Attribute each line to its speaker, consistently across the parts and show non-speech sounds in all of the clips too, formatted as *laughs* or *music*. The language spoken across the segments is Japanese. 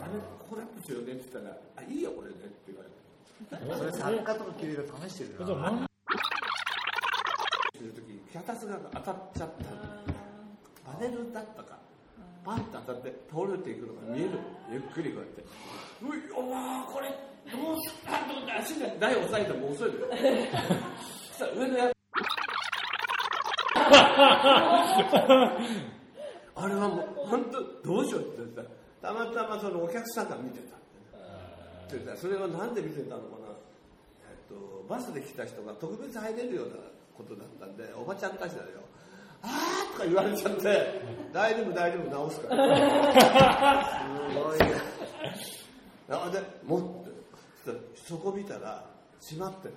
Speaker 1: ですよねって言ったら、あ、いいよ、これねって言われて。
Speaker 2: それ作家との給料試してる
Speaker 3: じゃ
Speaker 2: な
Speaker 3: あ漫
Speaker 1: してる時脚立が当たっちゃった。パネルだったか。パンって当たって倒れていくのが見える。ゆっくりこうやって。うい、おわーこれ、どうしたと思って足で台を押さえても遅いのよ。そしたら上のやあれはもう、本当どうしようって言ったら、たまたまそのお客さんが見てた。って言ったら、それはなんで見てたのかな。えっと、バスで来た人が特別入れるようなことだったんで、おばちゃんたちだよ。あーとか言われちゃって、大丈夫大丈夫直すから。すごいね。あで、もって、そしたらそこ見たら、閉まってる。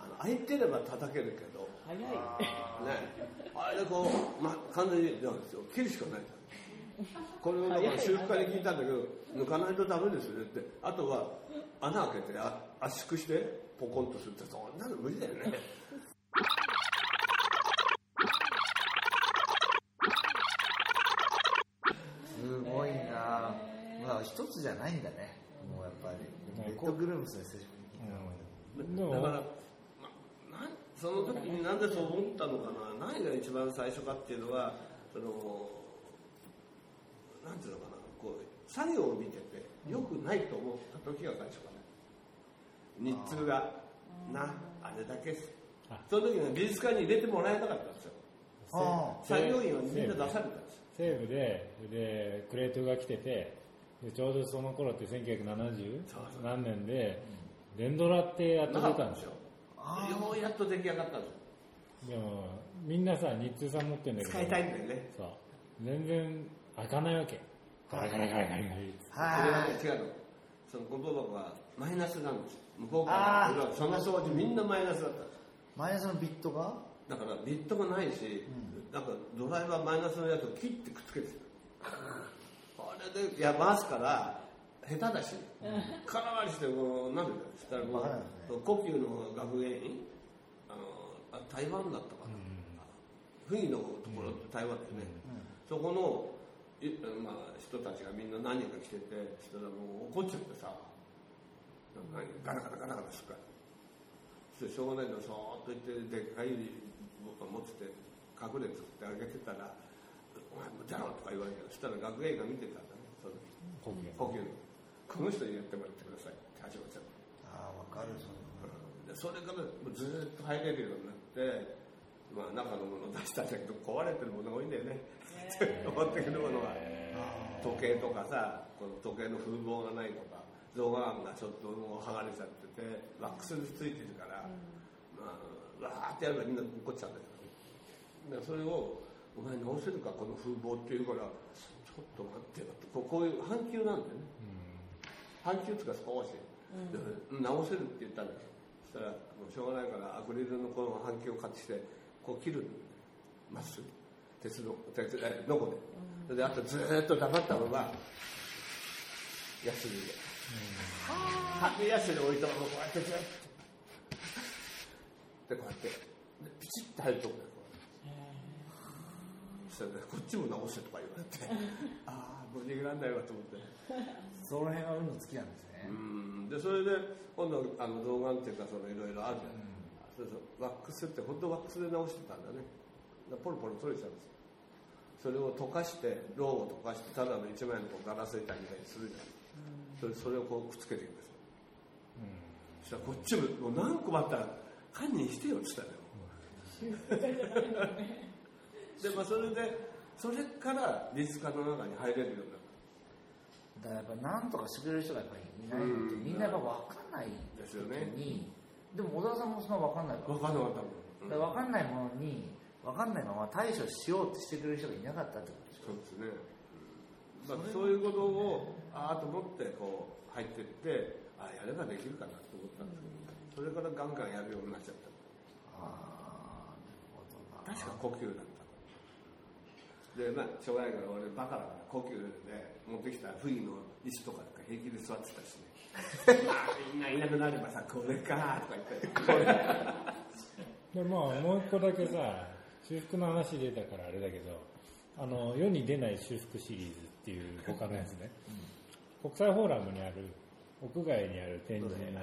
Speaker 1: あの開いてれば叩けるけど、
Speaker 4: 早い。
Speaker 1: ね、あれでこう、ま、完全になんですよ切るしかないこれをだから修復家に聞いたんだけど抜かないとダメですよねってあとは穴開けてあ圧縮してポコンとするってそんなの無理だよね
Speaker 2: すごいなまあ一つじゃないんだねもうやっぱりレッドグルームスの久しぶりに
Speaker 3: で
Speaker 1: だから
Speaker 3: も、
Speaker 1: ま、なんその時になんでそう思ったのかな何が一番最初かっていうのはそのなんていうのかなこう作業を見ててよくないと思った時が最初かな日通がなあれだけです
Speaker 3: あ
Speaker 1: その時は美術館に入れてもらえなかったんですよ
Speaker 2: あ
Speaker 1: 作業員はみんな出されたんですよ
Speaker 3: 西部ででクレートが来ててでちょうどその頃って1970
Speaker 1: そうそう
Speaker 3: 何年で連ドラってやって
Speaker 1: なかったたん
Speaker 3: んで
Speaker 1: ですす
Speaker 3: よ
Speaker 1: よ
Speaker 2: あ
Speaker 1: ようやっと出来上がったんですよ
Speaker 3: でもみんなさ日通さん持ってるんだけど
Speaker 1: 使いたいんだよね
Speaker 3: そう全然開かないわけガラガラガラガラガラ
Speaker 1: それは
Speaker 2: は
Speaker 1: ね
Speaker 2: い
Speaker 1: 違うのそのゴミ箱はマイナスなんですよ向こうから
Speaker 2: あー
Speaker 1: 俺はその当時みんなマイナスだったんですよ
Speaker 2: マイナスのビットが
Speaker 1: だからビットがないし、なんかドライバーマイナスのやつを切ってくっつけてこれでいや回すから下手だし空回りしてもうなるじゃんそしたらも
Speaker 2: わかんないう
Speaker 1: 故宮の学芸員あのあ台湾だったかな、不義のところって台湾だよね、そこのいまあ、人たちがみんな何人か来ててそしたらもう怒っちゃってさなんかガラガラガラガラするからそしょうがないのそーっと行ってでっかい僕は持ってて隠れてってあげてたら「お前もう出ろ」とか言われてそしたら学芸員が見てたんだねその時
Speaker 3: 呼吸
Speaker 1: 呼吸のこの人にやってもらってくださいって始まっちゃった
Speaker 2: ああわかるそ
Speaker 1: でそれからもうずーっと入れるようになって、まあ、中のもの出したんだけど壊れてるものが多いんだよね *laughs* 持ってくるものが時計とかさこの時計の風貌がないとか象眼がちょっともう剥がれちゃっててワックスについてるから、まあ、わーってやればみんな怒っちゃうんだけどねでそれを「お前直せるかこの風貌」って言うから「ちょっと待ってよ」ってこうこういう半球なんだよね半球とか少し、で直せるって言ったんだけどそしたらもうしょうがないからアクリルのこの半球を買ってきてこう切るのまっすぐ鉄の鉄えノコで、それであとずーっと黙ったまま休みで、春休みで置いたままこうやってずーっとでこうやってでピチッと入るとこだよこうそしたらねこっちも直せとか言われてああもう逃げらんないわと思って。
Speaker 2: の辺は運の尽きなんですね
Speaker 1: うんでそれで今度あの動画っていうかそのいろいろあるじゃない、そうそうワックスって本当ワックスで直してたんだねだからポロポロ取れちゃうんですよそれを溶かしてローを溶かしてただの一枚のこうガラス板みたいにするじゃん、それそれをこうくっつけていくんですよ、そしたらこっちももう何個もあったら堪忍してよっつったのよ、 *laughs* でまあそれでそれからリスカの中に入れるようになった
Speaker 2: だからやっぱ何とかしてくれる人がやっぱりいないのって
Speaker 1: うん
Speaker 2: みんなやっぱ分かんない
Speaker 1: です
Speaker 2: 時
Speaker 1: よね
Speaker 2: にでも小田さんもそんな分かんないから
Speaker 1: 分かんなかったもん、うん
Speaker 2: だから分かんないものに分かんないまま対処しようとしてくれる人がいなかったってことでしょ
Speaker 1: そうですね、まあ、そういうことをああと思ってこう入ってってああやればできるかなと思ったんですけど、それからガンガンやるようになっちゃった
Speaker 2: ああなる
Speaker 1: 確
Speaker 2: ほ
Speaker 1: か
Speaker 2: ど
Speaker 1: 呼
Speaker 2: な
Speaker 1: 吸だったでまあしょうがないから俺バカだから呼吸で持ってきた不義の石とかなんか平気で座ってたし
Speaker 2: *laughs*
Speaker 1: ねああみんないなくなればさこれかとか言って
Speaker 3: でまあもう一個だけさ修復の話出たからあれだけどあの世に出ない修復シリーズっていう他のやつね、国際フォーラムにある、屋外にある展示の、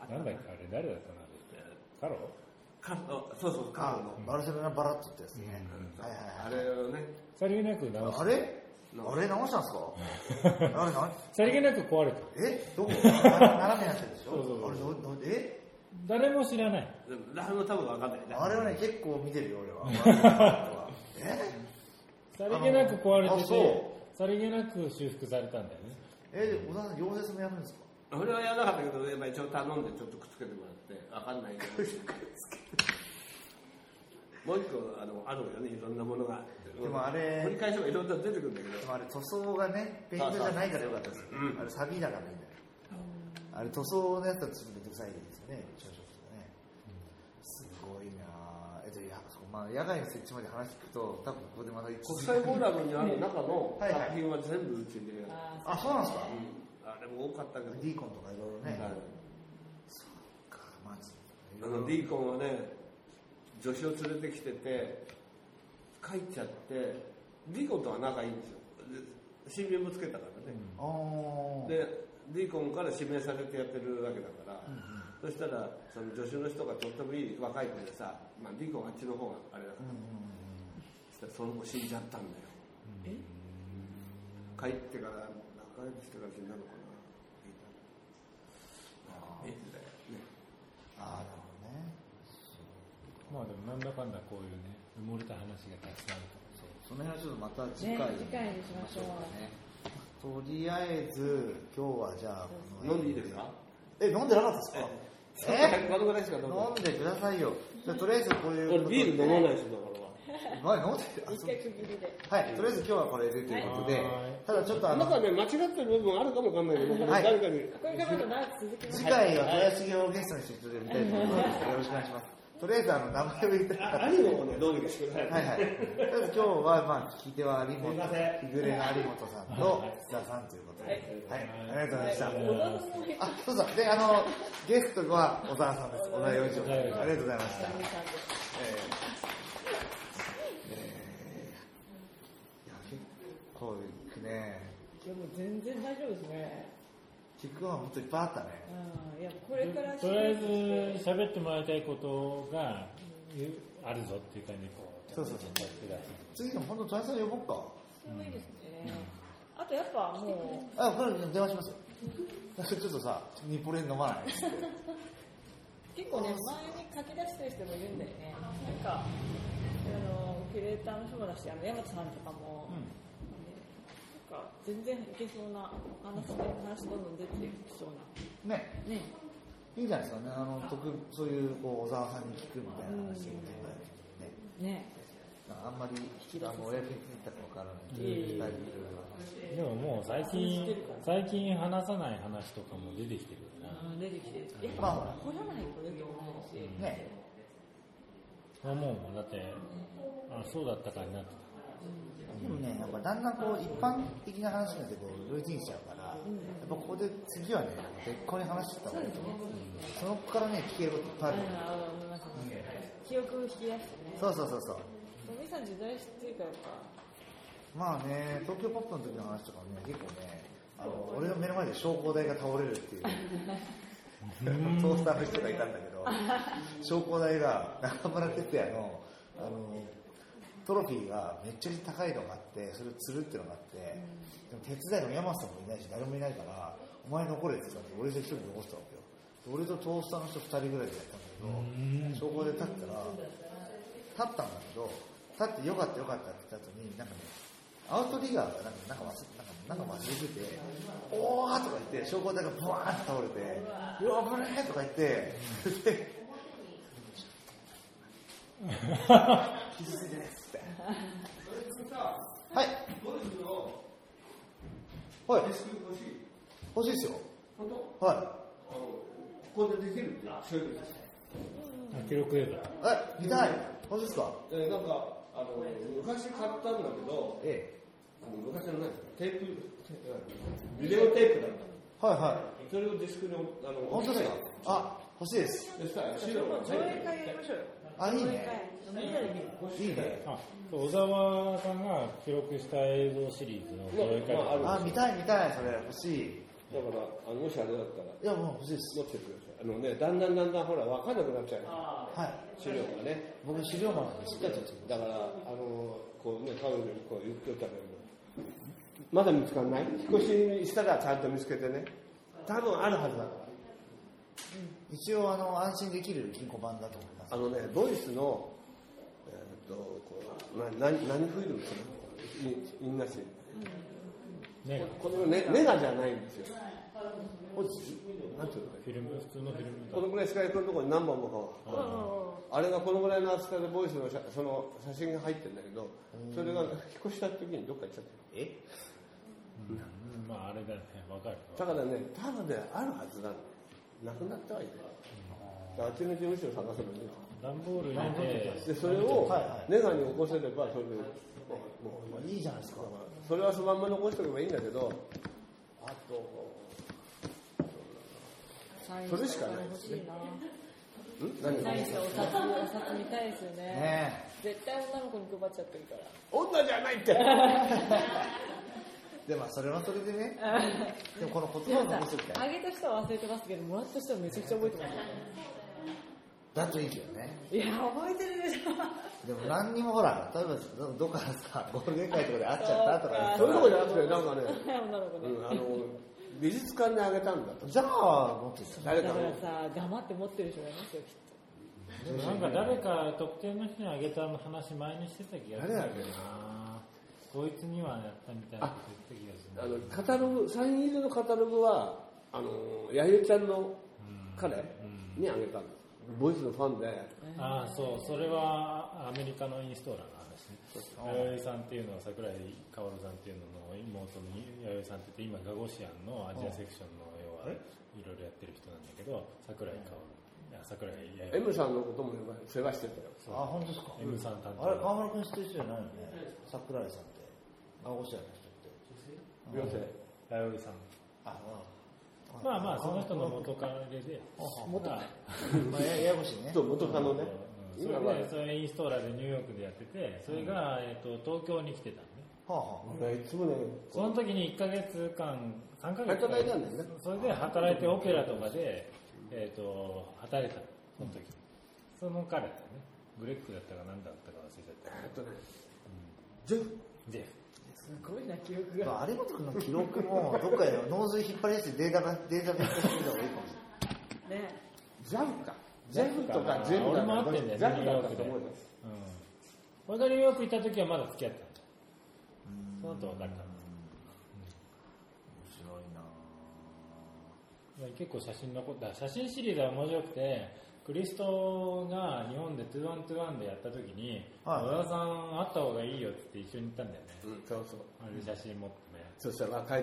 Speaker 1: あ
Speaker 3: なんだっけ、あれ、誰だったかな、カロ
Speaker 1: カロそうそうカロの、
Speaker 2: バルセロナバラットってやつね。
Speaker 1: うん
Speaker 2: はいはい
Speaker 1: あ
Speaker 2: はい。
Speaker 1: れをね
Speaker 3: さりげなく直し
Speaker 2: あ
Speaker 3: た。
Speaker 2: れあれ直したんですかあれな
Speaker 3: さりげなく壊れた。
Speaker 2: え
Speaker 3: *laughs*
Speaker 2: どこ斜めになってるでしょ
Speaker 3: そうそうそう
Speaker 2: あれどどえ
Speaker 3: 誰も知らない。
Speaker 1: でも誰も多分わかんないね
Speaker 2: あれはね、結構見てるよ、俺
Speaker 3: *laughs*
Speaker 2: は。え
Speaker 3: さりげなく壊れ
Speaker 2: あ
Speaker 3: てて
Speaker 2: そ、
Speaker 3: さりげなく修復されたんだよね。
Speaker 2: え、小田さん、溶接もやるんですか
Speaker 1: 俺はやらなかったけど、やっぱ一応頼んでちょっとくっつけてもらって、わかんないけど。もう一個あのあるよね、いろんなものが。
Speaker 2: でもあれ
Speaker 1: 掘り返せばいろんなの出てくるんだけど
Speaker 2: で。もあれ塗装がね、ペイントじゃないからよかったですよ。あれサビだからいいんだよ。あれ塗装のやつはちょっとめんどくさいですよね、朝食とかね。すごいなぁ。えっと、いや、そうまあ、野外の設置まで話聞くと、多分ここでまた一
Speaker 1: 国際フォーラムにある中の
Speaker 2: はいは
Speaker 1: 作
Speaker 2: い
Speaker 1: 品は全部うちで、
Speaker 2: あ、
Speaker 4: あ
Speaker 2: そうなんですか
Speaker 1: あれも多かったけど、
Speaker 2: ディーコンとかいろいろね。
Speaker 1: はい
Speaker 2: そうか、まず。
Speaker 1: あのディーコンはね、女子を連れてきてて、帰っちゃって、ディーコンとは仲いいんですよ。で新聞もつけたからね。
Speaker 2: あー。
Speaker 1: で、ディーコンから指名されてやってるわけだから、そしたら、その助手の人がとってもいい若い子でさ、まあ、ディーコンあっちの方があれだか
Speaker 2: う
Speaker 1: ら
Speaker 2: んうんうん、
Speaker 1: そしたらその子死んじゃったんだよ。
Speaker 4: え
Speaker 1: 帰ってから、何ヶ月してから死んだのかな。
Speaker 2: あー
Speaker 1: ええだよね
Speaker 2: あー、なるほどね。
Speaker 3: まあでも、なんだかんだこういうね、埋もれた話がたくさんあるから。
Speaker 2: その辺はちょっとまた次回,、
Speaker 4: ね次回にしましょう
Speaker 2: ねとりあえず今日はじゃあこの
Speaker 1: 飲んでいいですか
Speaker 2: え飲んでなかったです
Speaker 1: *laughs*
Speaker 2: かえ
Speaker 1: このぐらいしか飲ん
Speaker 2: 飲んでくださいよじゃあとりあえずこういう
Speaker 1: 俺ビール飲まないいしだから
Speaker 2: 飲んであ
Speaker 4: 一
Speaker 2: そう
Speaker 4: 回区切りで。
Speaker 2: はいとりあえず今日はこれでということで
Speaker 3: はい
Speaker 2: ただちょっとあ
Speaker 1: なん
Speaker 2: の
Speaker 1: かね間違ってる部分あるかもわかんないけど、
Speaker 2: はい
Speaker 1: 誰かに
Speaker 4: これからも長く続きます
Speaker 2: 次。回は小林をゲストにしていただきたいと思いますよろしくお願いしますとりあえずあの名前を言って
Speaker 1: あ兄の方ねどうにかしてください、
Speaker 2: はいはい。とりあえず今日は、まあ、聞き手は有
Speaker 1: すい
Speaker 2: 本、
Speaker 1: ませ
Speaker 2: 日暮れの有本さんと津田さんということで、はい、ありがとうございました。あ、そうだ、で、あの、ゲストは小沢さんです。小沢洋一郎さん。ありがとうございました。えーえーいや、結構行くね。
Speaker 4: いやもう全然大丈夫ですね。
Speaker 2: 聞くのは本当いっぱいあったね。
Speaker 4: うん。いやこれから
Speaker 3: とりあえず喋ってもらいたいことがゆあるぞっていう感じでこう
Speaker 2: そうそうそう
Speaker 3: やってくださ
Speaker 2: 次の本当、小沢さん呼ぼっか。
Speaker 4: そういいですね。あとやっぱもう
Speaker 2: あ、これ電話しますよ。ちょっとさ、ニポレン飲まない
Speaker 4: 結構ね前に書き出してる人もいるんだよね。なんかあのキュレーターの人もだしあの山田さんとかも。なんか全然いけそうな話で話どんどん出てきそうな
Speaker 2: ね。
Speaker 4: ね
Speaker 2: いいんじゃないですかね、あの、特そういう、こう、小沢さんに聞くみたいな話もできたりね。
Speaker 4: ね
Speaker 2: あんまり、あの、親に聞いたかわからないけど、
Speaker 4: いえ
Speaker 2: 二
Speaker 4: いえ
Speaker 2: 人いろいろ
Speaker 3: いでももう最近最近話さない話とかも出てきてるか
Speaker 4: うん出てきてるやっ
Speaker 2: まあ
Speaker 4: ぱ掘らないと出てこないし
Speaker 2: 話。ね。
Speaker 3: らもうもうだってあそうだったかになって
Speaker 2: でもね、やっぱだんだんこう、一般的な話になって、こう、ルーティンしちゃうから、やっぱここで次はね、別個に話してた方がいいと思う。その子からね、聞けることいっぱいある。
Speaker 4: なんか記憶を引き出してね。
Speaker 2: そうそうそうそう。
Speaker 4: お兄さん時代知ってるからか。
Speaker 2: まあね、東京ポップの時の話とかね、結構ね、あの俺の目の前で昇降台が倒れるっていう、トースターの人がいたんだけど、昇降台が中村哲也のあのトロフィーがめっちゃ高いのがあって、それを釣るっていうのがあって、でも手伝いの山瀬さんもいないし、誰もいないから、お前残れって言ったんで、俺で一人残したわけよ。で俺とトースターの人2人ぐらいでやったんだけど、昇降台立ったら、立ったんだけど、立ってよかったよかったって言った後に、なんかね、アウトリガーがなんかなんか忘れなんかなんか忘れてて、おーとか言って、昇降台がブワーって倒れて、うわ、危ねえとか言って、で傷ついてねっつって。はい。はい。欲しいですよ。は
Speaker 1: ここでできるってそういうのです
Speaker 3: る記録映画
Speaker 2: い。え、見たい。欲しいですか
Speaker 1: えなんかあの昔買ったんだけど
Speaker 2: え
Speaker 1: あの昔のねテープテビデオテープだったの
Speaker 2: え。はいはい。
Speaker 1: それをディスクにあの
Speaker 2: 本当ですかあ、欲しいです。
Speaker 1: そしたら資料が
Speaker 4: 上
Speaker 1: 入っ
Speaker 4: 映
Speaker 1: て
Speaker 4: 会やりましょうよ。
Speaker 2: あ、いい
Speaker 4: 上映
Speaker 2: ね。
Speaker 4: 会。みんなで見る。
Speaker 2: いいね。
Speaker 3: あそう小沢さんが記録した映像シリーズの上映会
Speaker 1: まあまあある
Speaker 2: あ、見たい見たい、それ欲しい。
Speaker 1: るだからあのもしあれだったら
Speaker 2: いや、もう欲しいです。
Speaker 1: 持ってくださいあのねだんだんだんだんほら分かんなくなっちゃう
Speaker 2: はい。
Speaker 1: 資料がね
Speaker 2: 僕、資料マンなんです。
Speaker 1: だからあのこうね彼女にこう言っておいたのにまだ見つかんない引っ越ししたらちゃんと見つけてね多分あるはずだから
Speaker 2: 一応、あの、安心できる金庫版だと思います
Speaker 1: あ。のね、ボイスの、えーっと、こう、な、な、何フィルムかな。インインナシン。
Speaker 3: ね
Speaker 1: このね、ネガじゃないんですよ。これなんていうの
Speaker 3: フィルム普通のフィルム
Speaker 1: このぐらいスカイプのところに何本も
Speaker 4: うんうんうん。
Speaker 1: あれがこのぐらいの厚さでボイスの写その写真が入ってるんだけど、それが引っ越した時にどっか行っちゃってる。
Speaker 3: うんまああれだねわかる
Speaker 1: だからね、多分ね、あるはずなんだよ。なくなったはいいだからあっちの事務所を探せばいいの
Speaker 3: 段ボール入れて
Speaker 1: で、それを
Speaker 2: はいはい
Speaker 1: ネガに起こせれば、それで、もう、
Speaker 2: いいじゃないですか。
Speaker 1: それはそのまんま残しておけばいいんだけど、あと、それしかないですねん何
Speaker 4: サインしたお札、お札見たいですよね。
Speaker 2: ね
Speaker 4: 絶対女の子に配っちゃってるから。
Speaker 1: 女じゃないって
Speaker 2: え。でも、それはそれでね。でも、この言葉を残しておきた
Speaker 4: あ
Speaker 2: い。
Speaker 4: げた人は忘れてますけど、もらった人はめちゃくちゃ覚えてますよね。
Speaker 2: だといいけどね。
Speaker 4: いや、覚えてるでしょ。
Speaker 2: でも、何にもほら、例えば、どどっか *laughs* さ、ゴールデン会とかで会っちゃったとか
Speaker 1: そういうとこ
Speaker 2: 言っ
Speaker 1: じゃなくて、なんかね、
Speaker 4: 女の子
Speaker 1: う
Speaker 4: ね。
Speaker 1: んあの、美術館であげたんだと
Speaker 2: たら。じゃあ、持ってきて。
Speaker 1: 誰
Speaker 4: だ
Speaker 1: か
Speaker 4: か
Speaker 1: の
Speaker 4: らさ、黙って持ってる人がいますよ、きっ
Speaker 3: でもなんか誰か特定の人にあげた話前にしてた気がするんだけどなこいつにはやったみたいなこと言ってた
Speaker 1: あ
Speaker 3: 気が
Speaker 1: の
Speaker 3: する
Speaker 1: カタログ、サイン入りのカタログは、あの、弥生ちゃんの彼
Speaker 3: うん
Speaker 1: にあげたんです。ボイスのファンで、
Speaker 3: ああそうそれはアメリカのインストーラーの話ね弥生さんっていうのは桜井薫さんっていうのの妹の弥生さんって言って今ガゴシアンのアジアセクションの要はいろいろやってる人なんだけど桜井薫あ桜井弥生
Speaker 1: M さんのこともね世話してたよ。
Speaker 2: あ、本当ですか。
Speaker 3: M さん担
Speaker 2: あれ、川
Speaker 3: 当
Speaker 2: 村君知ってる人じゃないよね。桜井さんって。あ、おしゃれの人
Speaker 1: 両生。
Speaker 2: って。
Speaker 3: 弥生さん
Speaker 2: あ、あ
Speaker 3: まあまあその人の元カレで
Speaker 2: 元
Speaker 3: まあ
Speaker 2: まあ、やややこしい
Speaker 3: *laughs*
Speaker 2: ね
Speaker 1: と。元カノね。
Speaker 3: うんそ
Speaker 1: 今
Speaker 3: れ
Speaker 1: は、
Speaker 3: でそれインストーラーでニューヨークでやっててそれが、えっと東京に来てたのね
Speaker 2: はあ、は
Speaker 1: 俺いつもね、
Speaker 3: その時に1ヶ月間3ヶ月間
Speaker 1: 働いたんだよね
Speaker 3: それで働いてオペラとかで、えっと働いたのその時、その彼だよねグレッグだったか何だったか忘れちゃった
Speaker 1: えっとね、ジェフ
Speaker 3: ジェフ
Speaker 4: と。すごいな、記憶
Speaker 2: あ。ま
Speaker 4: が。
Speaker 2: あ、有本君の記録も、どっかでノーズに引っ張り出してデータが、データベースしてみた方がいいかもしれない。
Speaker 4: ね。
Speaker 1: ジャフか。ジェフとかジェフ
Speaker 3: 俺
Speaker 1: だ
Speaker 3: も会ってんだよ
Speaker 1: ジャ
Speaker 3: ニュ
Speaker 1: フ
Speaker 3: ー
Speaker 1: だ
Speaker 3: ヨ
Speaker 1: っ
Speaker 3: ー
Speaker 1: たと
Speaker 3: クで、
Speaker 1: 思
Speaker 3: う
Speaker 1: うんよ、
Speaker 3: 俺がニューヨーク行った時はまだ付き合ってたんだその後別れたんだ
Speaker 2: 面白いな
Speaker 3: 結構写真のこだ写真シリーズは面白くてクリストが日本で2121でやった時に
Speaker 2: はい
Speaker 3: 小田さんあった方がいいよって言って一緒に行ったんだよね
Speaker 1: うん、そうそう。
Speaker 3: あれ写真持ってね
Speaker 1: そしたら若い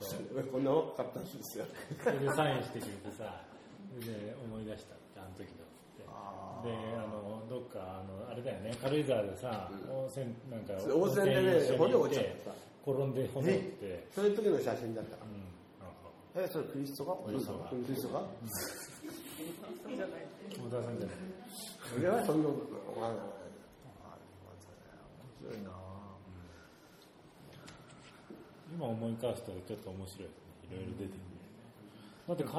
Speaker 1: 時も、俺 *laughs* こんな若かったんですよ。
Speaker 3: それでサインしてくれてさで思い出したってあの時のって
Speaker 2: あ
Speaker 3: であのどっかあのあれだよね軽井沢でさ、温泉なんか
Speaker 1: それ温泉でね
Speaker 3: 温一緒に行
Speaker 1: 骨折っちゃってさ
Speaker 3: 転んで骨折って、
Speaker 1: そういう時の写真だったか
Speaker 3: う
Speaker 1: ら。
Speaker 3: んなんか
Speaker 2: え、それクリストがおじさんが。
Speaker 1: そういう人が
Speaker 4: そうじゃない。
Speaker 3: 小田さんじゃない
Speaker 1: それはそんなことお前は
Speaker 2: あ面白いな
Speaker 3: 今思い返すとちょっと面白いですねいろいろ出てく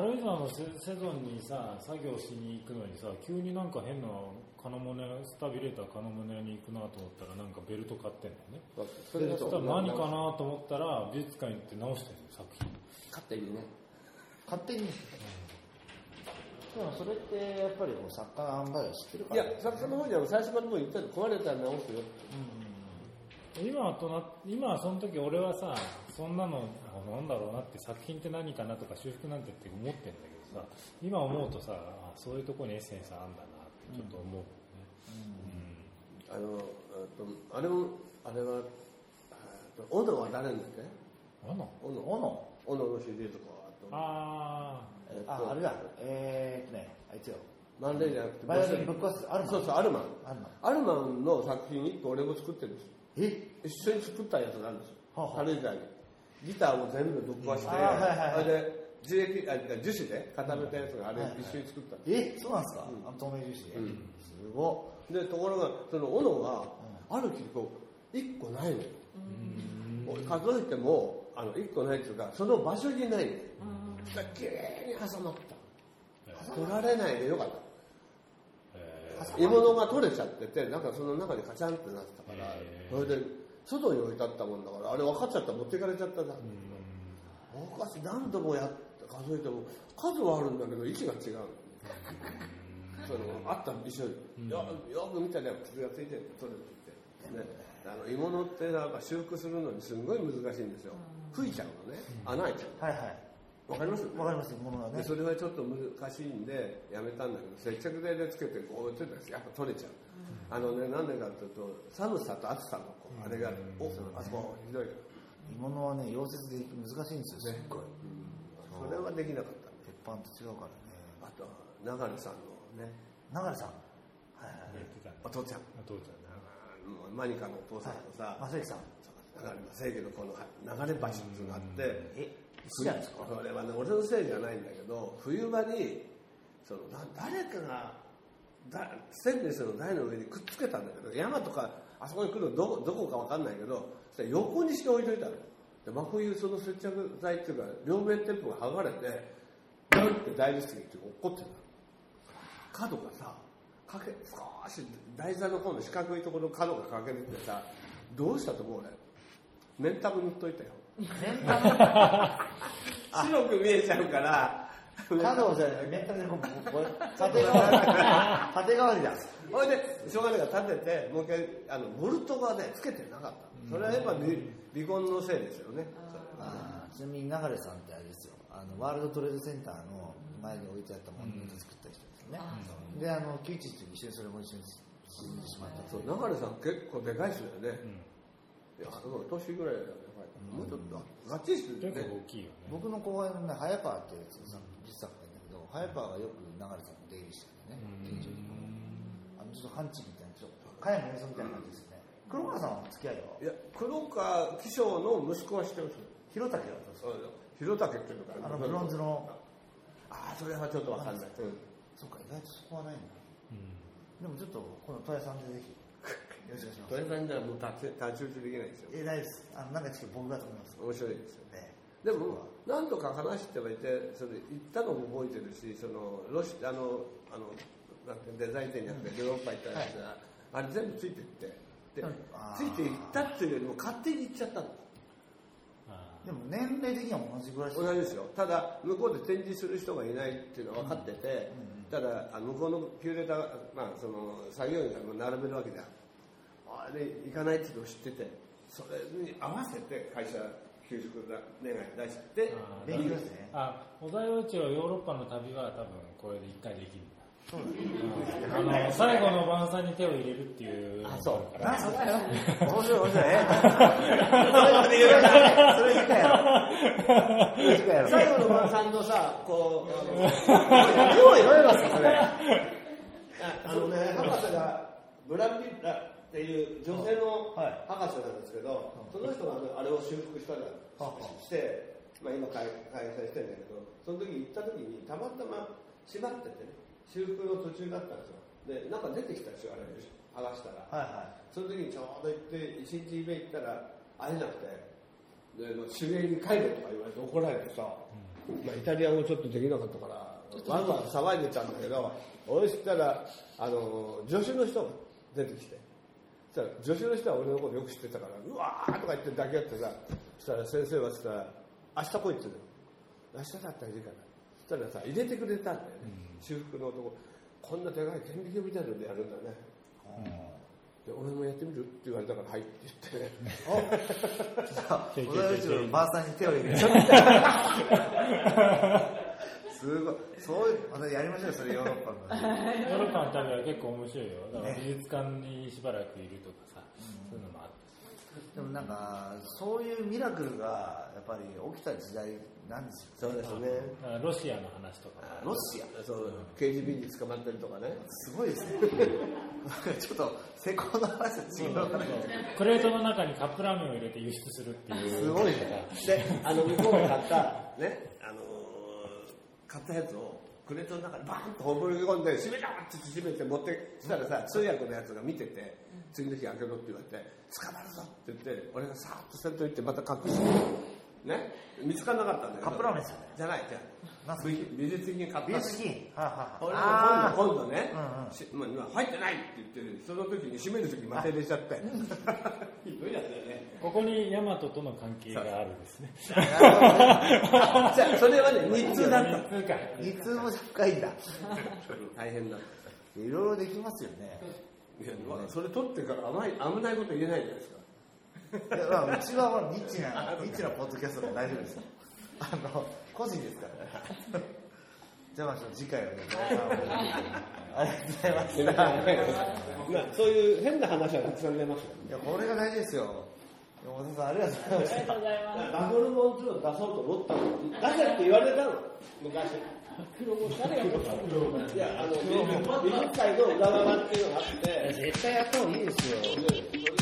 Speaker 3: るよねだって軽井沢のセセゾンにさ作業しに行くのにさ急になんか変な金物屋スタビレーター金物屋に行くなと思ったらなんかベルト買ってんのね
Speaker 1: そ
Speaker 3: そ
Speaker 1: れ
Speaker 3: れ
Speaker 1: だ
Speaker 3: そ
Speaker 1: と
Speaker 3: したら何かなと思ったら美術館行って直してるの作品
Speaker 1: 勝手にね。
Speaker 2: 勝手に。でもそれってやっぱりこう作家の販売は知ってる
Speaker 1: い
Speaker 2: から
Speaker 1: や
Speaker 2: ね、
Speaker 1: 作家の方には最初からもう言ったの、壊れたら直すよって。
Speaker 3: 今はとな今はその時俺はさそんなのあなんだろうなって作品って何かなとか修復なんてって思ってんだけどさ今思うとさあそういうとこにエッセンスあんだなってちょっと思う、ね
Speaker 1: あの、あとあれも、あれは、あと斧は誰なんだっけ
Speaker 3: うんあの
Speaker 1: 斧。
Speaker 2: 斧
Speaker 1: 斧のシリーズとかはあと
Speaker 3: あ
Speaker 1: えっと
Speaker 2: あ、あれだ。えーっとね、あいつよ。
Speaker 1: マンレーじゃなくて、
Speaker 2: バイオリンぶっ壊す。ある
Speaker 1: そうそう、アルマン。
Speaker 2: あるの。
Speaker 1: アルマンの作品一個俺も作ってるんですよ。
Speaker 2: え
Speaker 1: 一緒に作ったやつなんですよ
Speaker 2: はあはあ
Speaker 1: 軽井沢にギターを全部ぶっ壊して
Speaker 2: うんあーはいはいは
Speaker 1: そ
Speaker 2: い
Speaker 1: れで樹液、あ、樹脂で固めたやつがあれ
Speaker 2: はいはい
Speaker 1: 一緒に作ったの
Speaker 2: えそうなんですか、あの透明樹脂で、すご
Speaker 1: でところがその斧はある木こう1個ないのよ、数えてもあの1個ないっていうかその場所にないのよ、だから綺麗に挟まった取られないでよかった
Speaker 3: え
Speaker 1: 獲物が取れちゃっててなんかその中でカチャンってなってたから、
Speaker 3: へ
Speaker 1: それで外に置いてあったもんだからあれ分かっちゃった持っていかれちゃったな、おかしい何度もやって数えても数はあるんだけど位置が違うそのあった一緒によよく見たら傷がついてる取れてて、ね、あの鋳物ってなんか修復するのにすんごい難しいんですよ吹いちゃうのね穴開いちゃ
Speaker 2: いはいはい
Speaker 1: うん、わかります
Speaker 2: わかりますものがね
Speaker 1: でそれはちょっと難しいんでやめたんだけど接着剤でつけてこうやってたんですやっぱ取れちゃう、あのねなんでかっていうと寒さと暑さのこうあれが多くなあそこひどいから
Speaker 2: 煮物はね溶接で難しいんですよすっごい、
Speaker 1: それはできなかったね
Speaker 2: 鉄板と違うからね
Speaker 1: あとは流れさんのね
Speaker 2: 流れさん
Speaker 3: やってたん
Speaker 1: お
Speaker 3: だ
Speaker 1: 父ちゃん
Speaker 3: お父ちゃんな
Speaker 1: もうマニカのお父さんのさ、
Speaker 2: 正行さん
Speaker 1: 流れ正義のこの流れ橋っていうのがあって、
Speaker 2: え石なんですか
Speaker 1: これはね俺のせいじゃないんだけど冬場にそのな誰かがだステンレスの台の上にくっつけたんだけど山とかあそこに来るのどこどこかわかんないけどそれ横にして置いといたので真冬その接着剤っていうか両面テープが剥がれてビョンって大理石って落っこってた角がさかけ少し台座の方の四角いところの角がかけててさどうしたと思うねメンタム塗っといたよ白く見えちゃうから、
Speaker 2: 角をじゃないメンタルでこうこう縦側だ縦側だ
Speaker 1: ほいで、しょうがないから立てて、もう一回、あの、ボルトがね、つけてなかった。それはやっぱ離離婚のせいですよね。
Speaker 2: *laughs* あーちなみに流さんってあれですよあのワールドトレードセンターの前に置いてあったモニュメント作った人ですよね、であの911と一緒にそれも一緒に沈んでしまった
Speaker 1: そう、流れさん結構でかい人だよね。いや、すごい、年ぐらいだよね。もうちょっと、がっちりしてる
Speaker 3: 結
Speaker 1: よ
Speaker 3: 構大
Speaker 1: ね。
Speaker 3: きいよね
Speaker 2: 僕の後輩のね早川っていうさ実作家いるんだけど早川がよく流さんに出入りしてるんだよね近所にこうあのちょっとハンチみたいなちょっと加山雄三みたいな感じですね黒川さんは付き合いよ
Speaker 1: いや、黒川紀章の息子は知ってます。
Speaker 2: 広竹は
Speaker 1: そうだよ。広竹っていうのか
Speaker 2: あのブロンズの
Speaker 1: ああ、それはちょっとわかんない。
Speaker 2: そうか意外とそこはないんだでもちょっとこの戸谷さんでぜひよろしくお願
Speaker 1: 鳥
Speaker 2: いします
Speaker 1: さんじゃもう立ち太刀打ちできないですよ。
Speaker 2: えないですあのなんかちょっと僕がと思います
Speaker 1: 面白いですよ。
Speaker 2: ね
Speaker 1: でも、何度か話してはいて、それ行ったのも覚えてるし、そのロシあのあのなんてデザイン展にあってヨーロッパ行ったやつが、あれ全部ついてって、で
Speaker 2: うんあー
Speaker 1: ついて行ったっていうよりも勝手に行っちゃったの。
Speaker 3: あ
Speaker 2: でも年齢的には同じぐらいです
Speaker 1: 同じですよ。ただ向こうで展示する人がいないっていうのは分かってて、ただあの向こうのキューレーターが、まあその作業員が並べるわけじゃん。あれ行かないっていうのを知ってて、それに合わせて会社休職だ願い出して
Speaker 3: あー
Speaker 2: 勉強ですね
Speaker 3: あ小田洋一郎ヨーロッパの旅は多分これで一回できるんだ
Speaker 2: そうだね
Speaker 3: あの最後の晩餐に手を入れるっていう
Speaker 1: あそう
Speaker 3: だか
Speaker 2: 何
Speaker 3: ら
Speaker 2: それ
Speaker 1: *laughs*
Speaker 2: よ面白い面白いえそれ言うなそれ以下やろそれ以下やろ
Speaker 1: 最後の晩餐のさ、こう、
Speaker 2: よう言われますかそれ
Speaker 1: あのね、博士がブランビラっていう女性の
Speaker 2: はい
Speaker 1: 博士なんですけど、その人があのあれを修復したんだ
Speaker 2: はは
Speaker 1: して、まあ、今開開催してるんだけど、その時行った時にたまたま縛っててね、修復の途中だったんですよ。で、なんか出てきたんですよ、あれ、剥がしたら。
Speaker 2: はいは
Speaker 1: その時にちょうど行って、一日目行ったら会えなくて、でもう手芸に帰れとか言われて怒られてさ、まあ、イタリア語ちょっとできなかったから、わんわん騒いでたんだけど、俺したら、あの、助手の人が出てきて、そしたら助手の人は俺のことよく知ってたから、うわーとか言って抱き合ってさ、そしたら先生はしたら、明日来いって言うの。明日だったらいいかな。そしたらさ、入れてくれたんだよね、修復の男。こんなでかい顕微鏡みたいなのでやるんだね。で俺もやってみるって言われたから、はいって言って、 *laughs*
Speaker 2: い小田一郎のばあさんに手を入れる
Speaker 1: すごい。
Speaker 2: そういうまたやりましょうよそれヨーロッパの
Speaker 3: ヨーロッパの旅は結構面白いよだから美術館にしばらくいるとかさ、そういうのもあって
Speaker 2: でもなんかそういうミラクルがやっぱり起きた時代なんですよ
Speaker 1: そうですね。
Speaker 3: だからロシアの話とか
Speaker 1: ロシアそう、KGB に捕まってるとかね。
Speaker 2: すごいですねちょっと成功の話と違うかな
Speaker 3: プレートの中にカップラーメンを入れて輸出するっていう
Speaker 1: すごいね。で、あの、向こうが買った、ね、あの買ったやつをクレートの中にバーンと放り込んで閉めたって閉めて持ってしたらさ通訳のやつが見てて次の日開けろって言われて捕まるぞって言って俺がさーっと捨てといてまた隠してね見つからなかったんだけど
Speaker 2: カップラーメンですよね
Speaker 1: じゃないじゃ
Speaker 2: なん
Speaker 1: あ
Speaker 2: すか
Speaker 1: 美美術品買った
Speaker 2: ビースキー。はいはい
Speaker 1: 俺
Speaker 2: はい
Speaker 1: も
Speaker 2: あー
Speaker 1: 今度今度ね、
Speaker 2: うんうん
Speaker 1: しまあ今入ってないって言ってその時に閉める時にまた入れちゃって *laughs* ひどいやつだよね
Speaker 3: ここにヤマトとの関係があるんですね。
Speaker 1: *laughs* じゃあそれはね3つ *laughs* だった
Speaker 3: 通か。
Speaker 2: いつも深いんだ。
Speaker 1: 大変だった
Speaker 2: いろいろできますよね。
Speaker 1: いやまあそれ取ってから甘い危ないこと言えないじゃないですか
Speaker 2: いやまあうちはまあニッチな、ニッチなポッドキャストで大丈夫ですよ。あの、個人ですからね。じゃあまあちょっと次回はね、ありがとうございます。
Speaker 1: *laughs*
Speaker 2: い
Speaker 1: まあそういう変な話はたくさん出ました
Speaker 2: や、これが大事ですよ。山田さん、ありがとうございま
Speaker 4: ありがとうございます。
Speaker 1: バブルモンズを出そうと思ったの出せって言われたの昔
Speaker 4: 黒子誰が持ったの
Speaker 1: いやあの美術美術界の裏側っていうのがあって
Speaker 2: す。絶対やった方がいいですよ。
Speaker 1: それ